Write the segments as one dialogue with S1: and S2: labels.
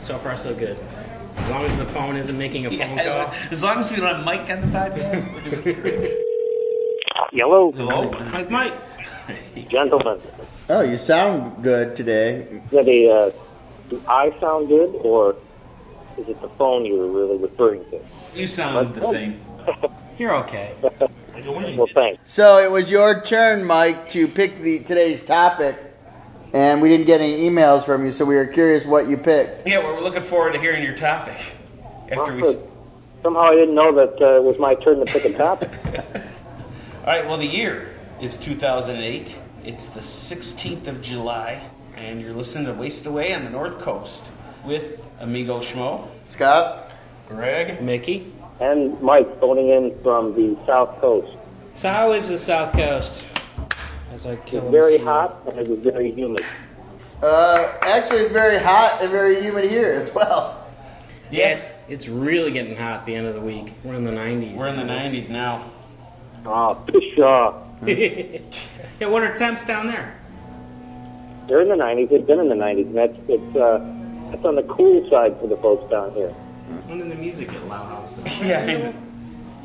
S1: so far so good. As long as the phone isn't making a phone
S2: Yeah,
S1: call.
S2: as long as we don't have Mike on the podcast, we're doing great.
S3: Hello,
S2: Hello?
S1: Like Mike,
S3: gentlemen.
S4: Oh, you sound good today.
S3: Yeah, the, uh, do I sound good, or is it the phone you were really referring to?
S2: You sound the same. You're okay.
S3: Well, thanks.
S4: So it was your turn, Mike, to pick the today's topic, and we didn't get any emails from you, so we were curious what you picked.
S2: Yeah, well, we're looking forward to hearing your topic after we. s-
S3: Awkward. Somehow I didn't know that uh, it was my turn to pick a topic.
S2: All right. Well, the year is 2008. It's the 16th of July, and you're listening to Waste Away on the North Coast with Amigo Schmo,
S4: Scott,
S2: Greg.
S1: Mickey.
S3: and Mike phoning in from the South Coast.
S1: So how is the South Coast? As I
S3: It
S1: kill
S3: was very
S1: this-
S3: hot and it was very humid.
S4: uh, actually, it's very hot and very humid here as well.
S1: Yeah, it's, it's really getting hot at the end of the week. We're in the 90s.
S2: We're in the 90s now.
S3: Oh, for sure.
S1: Yeah, what are temps down there?
S3: They're in the 90s. They've been in the 90s. And that's, it's, uh, that's on the cool side for the folks down here.
S1: When did the music get loud all of a sudden?
S2: Yeah.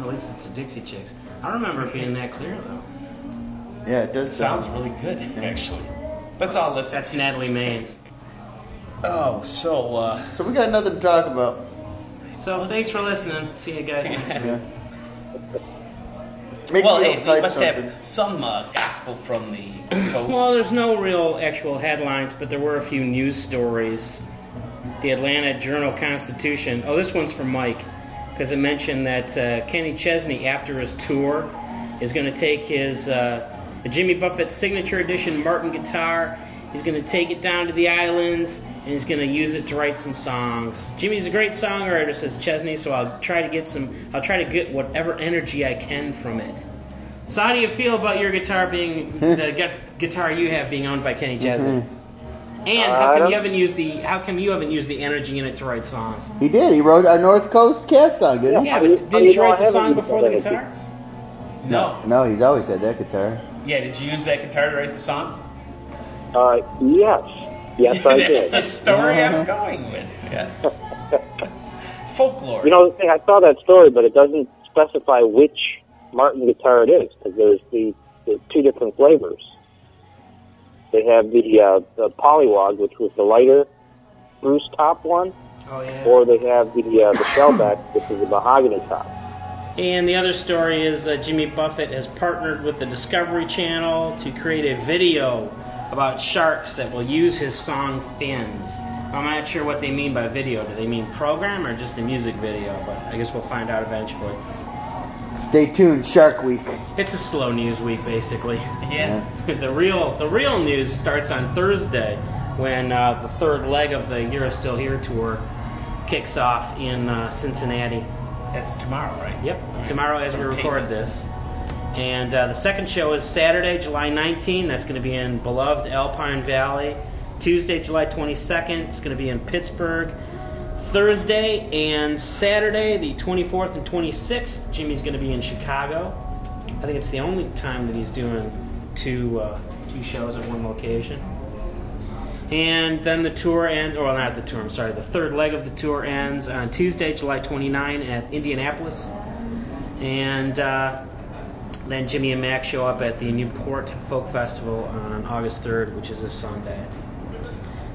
S1: At least it's the Dixie Chicks. I don't remember it being that clear though.
S4: Yeah, it does sound.
S2: Sounds really good, actually. That's all this.
S1: That's Natalie Maines.
S2: Oh, so uh,
S4: So we got nothing to talk about.
S1: So thanks for listening. See you guys next week.
S4: Yeah. Make
S2: well,
S4: Neil
S2: hey, they
S4: type
S2: must
S4: something.
S2: have some uh, gospel from the coast.
S1: Well, there's no real actual headlines, but there were a few news stories. The Atlanta Journal Constitution. Oh, this one's from Mike because it mentioned that uh, Kenny Chesney, after his tour, is going to take his uh, the Jimmy Buffett signature edition Martin guitar. He's going to take it down to the islands and he's going to use it to write some songs. Jimmy's a great songwriter, says Chesney. So I'll try to get some. I'll try to get whatever energy I can from it. So how do you feel about your guitar being the gu- guitar you have being owned by Kenny Chesney? And
S3: Uh, I
S1: how come
S3: don't-
S1: you haven't used the how come you haven't used the energy in it to write songs?
S4: He did. He wrote a North Coast cast song, didn't he?
S1: Yeah,
S3: I mean-
S1: but
S3: I
S1: didn't
S3: mean,
S1: you
S3: no, I
S1: write the
S3: haven't
S1: song
S3: used
S1: before the
S3: that.
S1: guitar?
S2: no.
S4: No, he's always had that guitar.
S2: Yeah, did you use that guitar to write the song?
S3: Uh, yes. Yes, I
S2: That's the
S3: did.
S2: story I'm going with. Yes. Folklore.
S3: You know, the thing, I saw that story, but it doesn't specify which Martin guitar it is because there's the, the two different flavors. They have the, uh, the polywog, which was the lighter spruce top one,
S1: Oh yeah.
S3: or they have the, uh, the shellback, which is the mahogany top.
S1: And the other story is that Jimmy Buffett has partnered with the Discovery Channel to create a video about sharks that will use his song fins. I'm not sure what they mean by video. Do they mean program or just a music video? But I guess we'll find out eventually.
S4: Stay tuned, Shark Week.
S1: It's a slow news week, basically.
S2: Yeah.
S1: the real the real news starts on Thursday when uh, the third leg of the You're Still Here tour kicks off in uh, Cincinnati.
S2: That's tomorrow, right?
S1: Yep,
S2: All right.
S1: tomorrow as we
S2: Don't take
S1: record
S2: it.
S1: this. And uh, the second show is Saturday, July 19. That's going to be in beloved Alpine Valley. Tuesday, July 22nd, it's going to be in Pittsburgh. Thursday and Saturday, the 24th and 26th, Jimmy's going to be in Chicago. I think it's the only time that he's doing two uh, two shows at one location. And then the tour ends, or not the tour, I'm sorry, the third leg of the tour ends on Tuesday, July 29 at Indianapolis. And uh, then Jimmy and Mac show up at the Newport Folk Festival on August 3rd, which is a Sunday.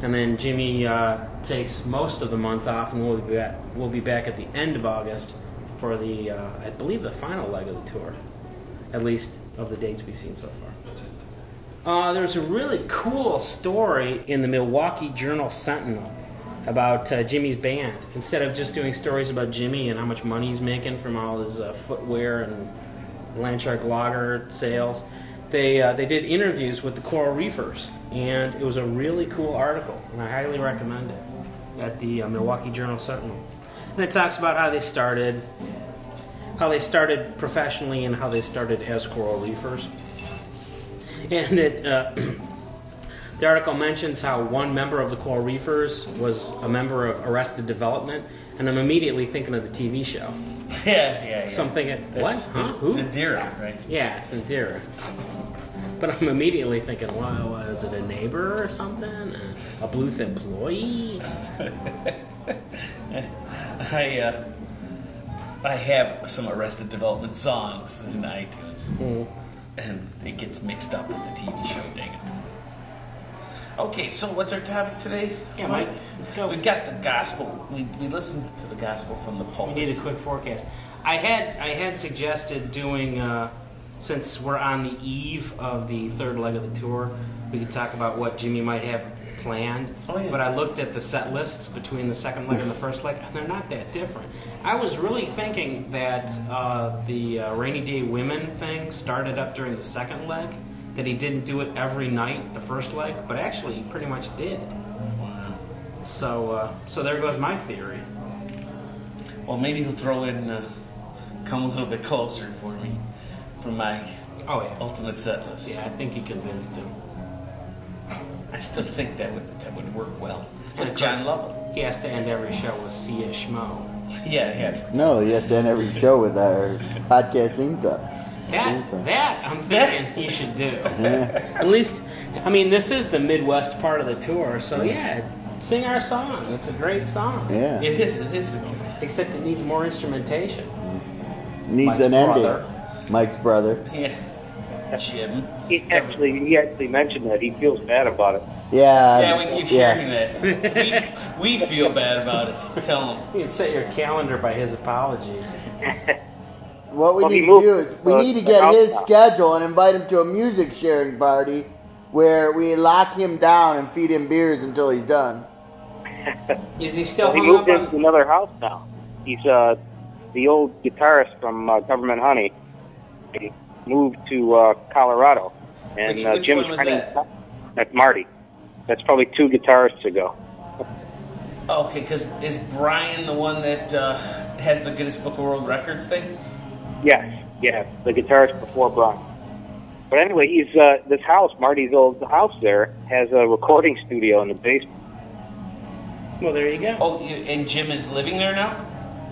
S1: And then Jimmy uh, takes most of the month off, and we'll be back, we'll be back at the end of August for the, uh, I believe, the final leg of the tour, at least of the dates we've seen so far. Uh, there's a really cool story in the Milwaukee Journal Sentinel about uh, Jimmy's band. Instead of just doing stories about Jimmy and how much money he's making from all his uh, footwear and Landshark lager sales, they uh, they did interviews with the Coral Reefers, and it was a really cool article, and I highly recommend it at the uh, Milwaukee Journal Sentinel. And it talks about how they started, how they started professionally, and how they started as Coral Reefers. And it, uh, the article mentions how one member of the Coral Reefers was a member of Arrested Development, and I'm immediately thinking of the TV show.
S2: Yeah, yeah, yeah.
S1: So I'm thinking, what?
S2: That's
S1: Huh?
S2: The,
S1: Who?
S2: The deer, right?
S1: Yeah, it's Indira. But I'm immediately thinking, wow, was it a neighbor or something? A Bluth employee?
S2: I uh, I have some Arrested Development songs in iTunes,
S3: Mm-hmm.
S2: and it gets mixed up with the TV show. Dang it. Okay, so what's our topic today?
S1: Yeah, Mike, let's go.
S2: We got the gospel. We, we listened to the gospel from the pulpit.
S1: We need a quick forecast. I had I had suggested doing uh, since we're on the eve of the third leg of the tour, we could talk about what Jimmy might have planned.
S2: Oh, yeah.
S1: But I looked at the set lists between the second leg and the first leg, and they're not that different. I was really thinking that uh, the uh, rainy day women thing started up during the second leg. That he didn't do it every night, the first leg, but actually he pretty much did. So, uh, so there goes my theory.
S2: Well, maybe he'll throw in uh, "Come a Little Bit Closer" for me for my
S1: Oh yeah.
S2: ultimate set list.
S1: Yeah, I think he convinced him.
S2: I still think that would that would work well
S1: And
S2: with
S1: of
S2: John
S1: course,
S2: Lovell.
S1: He has to end every show with See ya Schmo.
S2: Yeah, yeah.
S4: No, you have to end every show with our podcast theme song. Theme
S1: That
S4: song.
S1: that I'm thinking he should do. At least, I mean, this is the Midwest part of the tour, so yeah, sing our song. It's a great song.
S4: Yeah.
S2: It is. It is.
S1: Except it needs more instrumentation.
S4: Needs
S1: Mike's
S4: an ending.
S1: brother.
S4: Mike's brother.
S2: Yeah. Jim.
S3: He actually, he actually mentioned that he feels bad about it.
S4: Yeah.
S2: Yeah, we keep
S4: yeah.
S2: hearing that. We, we feel bad about it. Tell him.
S1: You can set your calendar by his apologies.
S4: What we
S3: Well, he
S4: need to
S3: moved,
S4: do is we
S3: uh,
S4: need to get
S3: out
S4: his
S3: now.
S4: schedule and invite him to a music sharing party where we lock him down and feed him beers until he's done.
S1: Is he still
S3: Well, he
S1: hung up
S3: moved
S1: on?
S3: into another house now. He's uh, the old guitarist from uh, Government Honey. He moved to uh, Colorado, and
S2: Which-
S3: uh,
S2: which
S3: Jim's
S2: one was
S3: trying to-
S2: that?
S3: That's Marty. That's probably two guitarists ago.
S2: Okay, because is Brian the one that uh, has the Guinness Book of World Records thing?
S3: Yes, yes, the guitarist before Brian. But anyway, he's uh, this house, Marty's old house. There has a recording studio in the basement.
S1: Well, there you go.
S2: Oh, you- and Jim is living there now.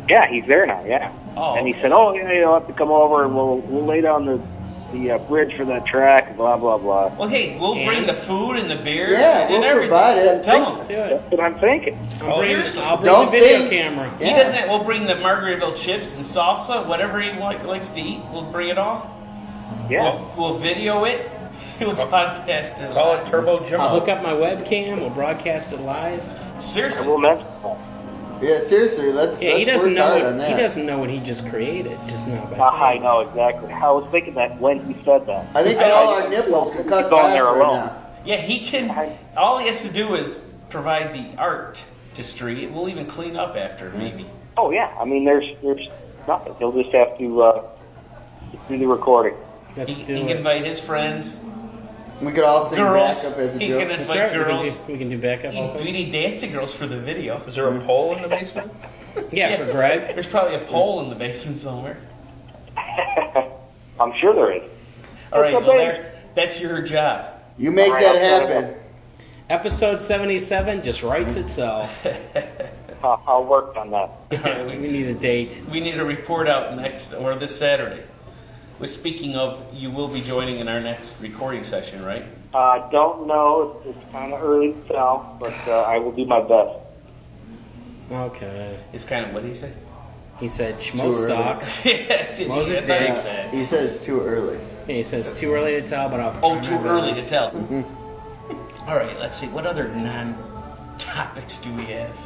S3: Yeah, he's there now. Yeah.
S2: Oh,
S3: and he said, "Oh yeah, you'll have to come over and we'll we'll lay down the the uh, bridge for that track." Blah blah blah.
S2: Well, hey, we'll bring
S1: And-
S2: the food and the beer.
S4: Yeah,
S2: and
S4: we'll
S2: everything.
S4: provide it.
S2: Tell him.
S1: Let's do it.
S3: That's what I'm thinking.
S1: I'll
S2: Oh,
S1: bring,
S2: seriously?
S1: I'll bring
S4: Don't
S1: the video
S4: think-
S1: camera.
S2: He
S4: Yeah.
S2: doesn't. We'll bring the Margaritaville chips and salsa, whatever he like, likes to eat. We'll bring it all.
S3: Yeah.
S2: We'll, we'll video it. We'll podcast it.
S5: Call it Turbo
S1: I'll
S5: Jumbo.
S1: hook up my webcam. We'll broadcast it live.
S3: I
S2: Seriously.
S3: will mention that.
S4: Yeah, seriously, let's.
S1: Yeah, he
S4: let's
S1: doesn't
S4: work hard
S1: know.
S4: on
S1: What,
S4: that.
S1: he doesn't know what he just created just now by
S3: Uh, I
S1: saying.
S3: know exactly. I was thinking that when he said that.
S4: I think all our nipples could cut
S3: Go in
S4: glass
S3: there
S4: right
S3: alone.
S4: now.
S2: Yeah, he can. All he has to do is provide the art distry. We'll even clean up after, maybe.
S3: Oh yeah, I mean there's there's nothing. He'll just have to uh, do the recording.
S2: He,
S1: Let's do
S2: he
S1: it.
S2: can invite his friends,
S4: We could all sing
S2: girls.
S4: back up as a
S2: He
S4: joke.
S2: can
S1: That's
S2: invite
S1: right. We,
S2: girls.
S1: can do, we can do backup
S2: You
S1: vocals.
S2: do need dancing girls for the video.
S5: Is there a pole in the basement?
S1: Yeah, for Greg.
S2: There's probably a pole in the basement somewhere.
S3: I'm sure there is.
S2: All right,
S3: That's
S2: well,
S3: okay.
S2: there, that's your job.
S4: You make
S3: Right,
S4: that
S3: I'll try
S4: happen.
S1: Episode 77 just writes itself.
S3: I'll, I'll work on that.
S2: All right,
S1: we
S2: we,
S1: need a date.
S2: we need a report out next or this Saturday. Well, speaking of, you will be joining in our next recording session, right?
S3: Uh, don't know. It's, it's kind of early to tell, but uh, I will do my best.
S1: Okay.
S2: It's kind of what he said.
S1: He said, Schmo
S4: Too early.
S1: sucks.
S2: yeah,
S1: What was it?
S2: that's what he
S1: Yeah.
S2: said.
S4: He said it's too early.
S1: And he says, too early to tell, but I'll.
S2: Oh, too early to tell.
S4: Mm-hmm.
S2: All right, let's see. What other non-topics do we have?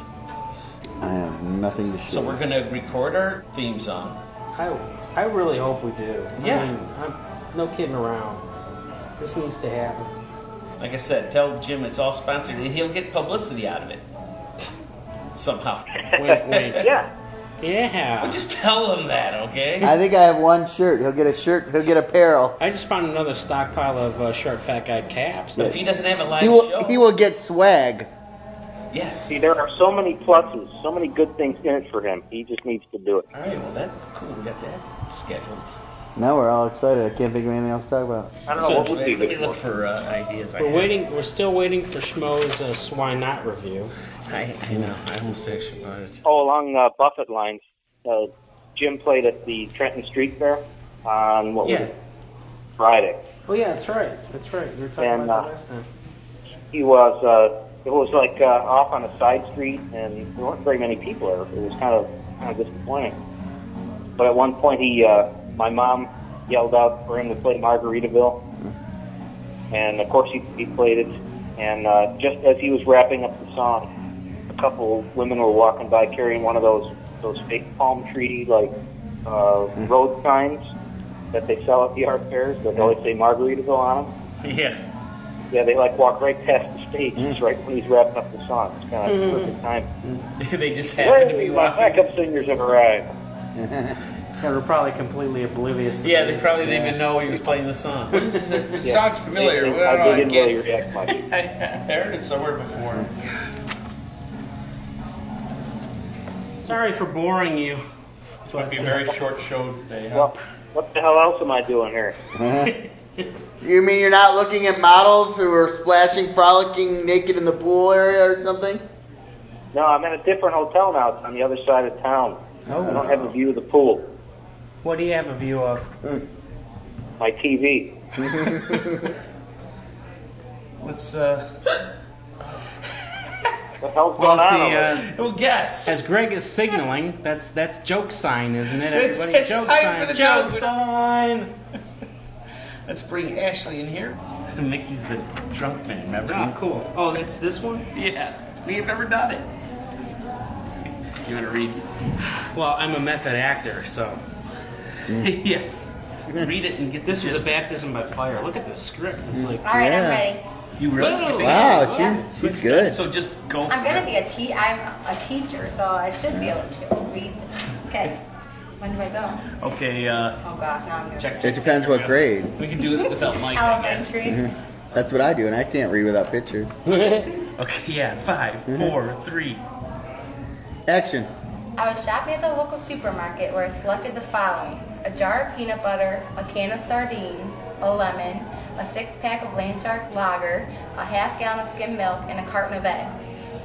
S4: I have nothing to share.
S2: So we're gonna record our theme song.
S1: I, I really hope we do.
S2: Yeah.
S1: I mean, I'm no kidding around. This needs to happen.
S2: Like I said, tell Jim it's all sponsored, and he'll get publicity out of it somehow.
S1: Wink, wink.
S3: Yeah.
S1: Yeah.
S2: Well, just tell him that, okay?
S4: I think I have one shirt. He'll get a shirt. He'll get apparel.
S1: I just found another stockpile of uh, short, fat guy caps.
S2: If he doesn't have a live
S4: He
S2: show,
S4: will. He will get swag.
S2: yes.
S3: See, there are so many pluses, so many good things in it for him. He just needs to do it.
S2: All right, well, that's cool. We got that scheduled.
S4: Now we're all excited. I can't think of anything else to talk about.
S3: I don't know Oh, what would
S2: Let
S3: be
S2: me- let me
S3: good
S2: look
S3: for.
S2: for uh, ideas. I
S1: We're
S2: have.
S1: waiting. We're still waiting for Schmo's uh, Swine Not review.
S2: I, I know. I almost asked you about it.
S3: Oh, along uh, Buffett lines, uh, Jim played at the Trenton Street Fair on what
S2: Yeah.
S3: was it? Friday.
S1: Oh yeah, that's right. That's right. We were talking
S3: And,
S1: about that
S3: uh,
S1: last time.
S3: He was uh, it was like uh, off on a side street, and there weren't very many people there. It was kind of kind of disappointing. But at one point, he, uh, my mom, yelled out for him to play Margaritaville, and of course he, he played it. And uh, just as he was wrapping up the song, a couple women were walking by carrying one of those those fake palm treaty like uh, road signs that they sell at the art fairs that always say Margaritaville on them.
S2: Yeah.
S3: Yeah, they like walk right past the stage just right when he's wrapping up the song. It's kind of like perfect time.
S2: they just happen to be
S3: Hey, my
S2: walking.
S3: backup singers have arrived.
S1: They were probably completely oblivious. to
S2: Yeah,
S1: the-
S2: they probably didn't even know he was playing the song. I,
S5: It
S3: Yeah.
S5: sounds familiar.
S3: They, they,
S5: I
S3: they
S5: don't
S3: didn't
S5: know, I
S3: really
S5: can't-
S3: react much.
S2: I heard it somewhere before.
S1: Sorry for boring you.
S2: It's going to be a very short show today. Huh?
S3: Well, what the hell else am I doing here?
S4: You mean you're not looking at models who are splashing, frolicking naked in the pool area or something?
S3: No, I'm in a different hotel now. It's on the other side of town.
S4: Oh.
S3: I don't have a view of the pool.
S1: What do you have a view of?
S3: My TV.
S2: Let's, uh...
S3: What the hell's
S1: Well,
S3: going
S1: it's
S3: on?
S1: the,
S3: over
S1: uh,
S2: Well, guess.
S1: as Greg is signaling, that's that's joke sign, isn't it?
S2: It's-
S1: Everybody,
S2: it's
S1: joke
S2: time
S1: sign,
S2: for the
S1: joke
S2: joke.
S1: sign.
S2: Let's bring Ashley in here. Mickey's the drunk man, remember?
S1: Oh, cool. Oh, that's this one.
S2: Yeah, we have never done it. You want to read?
S1: Well, I'm a method actor, so
S2: yes. Read it and get
S1: Mm. this is a baptism by fire. Look at this script. It's like
S6: All right,
S4: Yeah.
S6: I'm ready.
S2: You really? you think-
S4: Wow,
S6: Yeah.
S4: she's, she's good.
S2: So just go.
S6: I'm
S2: for
S6: gonna
S2: it.
S6: be a te- I'm a teacher, so I should be able to read. Okay. When do I go?
S2: Okay. Uh,
S6: Oh gosh, now I'm gonna.
S2: check.
S4: It depends what grade.
S2: We can do it without Mike.
S6: Oh,
S2: I guess.
S6: Elementary.
S4: That's what I do, and I can't read without pictures.
S2: Okay. Yeah. Five,
S1: Mm-hmm.
S2: four, three.
S4: Action.
S6: I was shopping at the local supermarket where I selected the following a jar of peanut butter, a can of sardines, a lemon, a six pack of Landshark lager, a half gallon of skim milk, and a carton of eggs.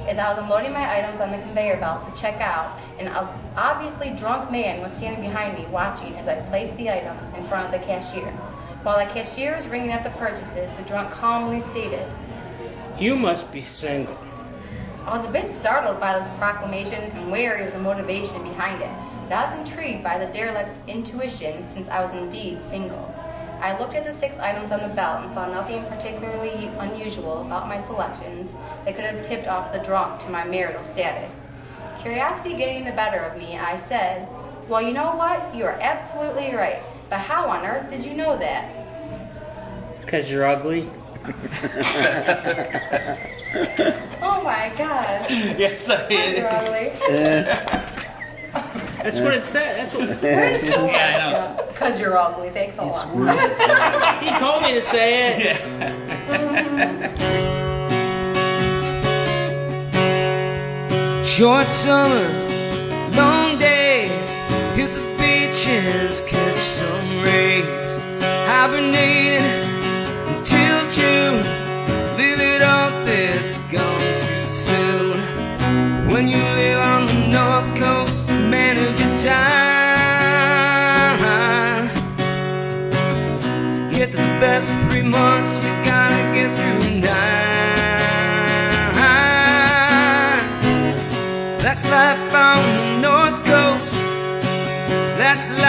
S6: As I was unloading my items on the conveyor belt to check out, an ob- obviously drunk man was standing behind me watching as I placed the items in front of the cashier. While the cashier was ringing up the purchases, the drunk calmly stated,
S1: you must be single.
S6: I was a bit startled by this proclamation and wary of the motivation behind it, but I was intrigued by the derelict's intuition since I was indeed single. I looked at the six items on the belt and saw nothing particularly unusual about my selections that could have tipped off the drunk to my marital status. Curiosity getting the better of me, I said, Well, you know what? You are absolutely right, but how on earth did you know that?
S1: Cause you're ugly.
S6: Oh my god.
S2: Yes. I-
S6: Broadway.
S1: That's what it said. That's what
S2: yeah, I know.
S6: Because you're ugly. Thanks a lot.
S1: he told me to say it.
S7: Short summers, long days, hit the beaches, catch some rays. Hibernating until June, live it up, it's gone too soon. When you live on the North Coast, manage your time. To get to the best of three months, you gotta get through nine. That's life on the North Coast. That's life.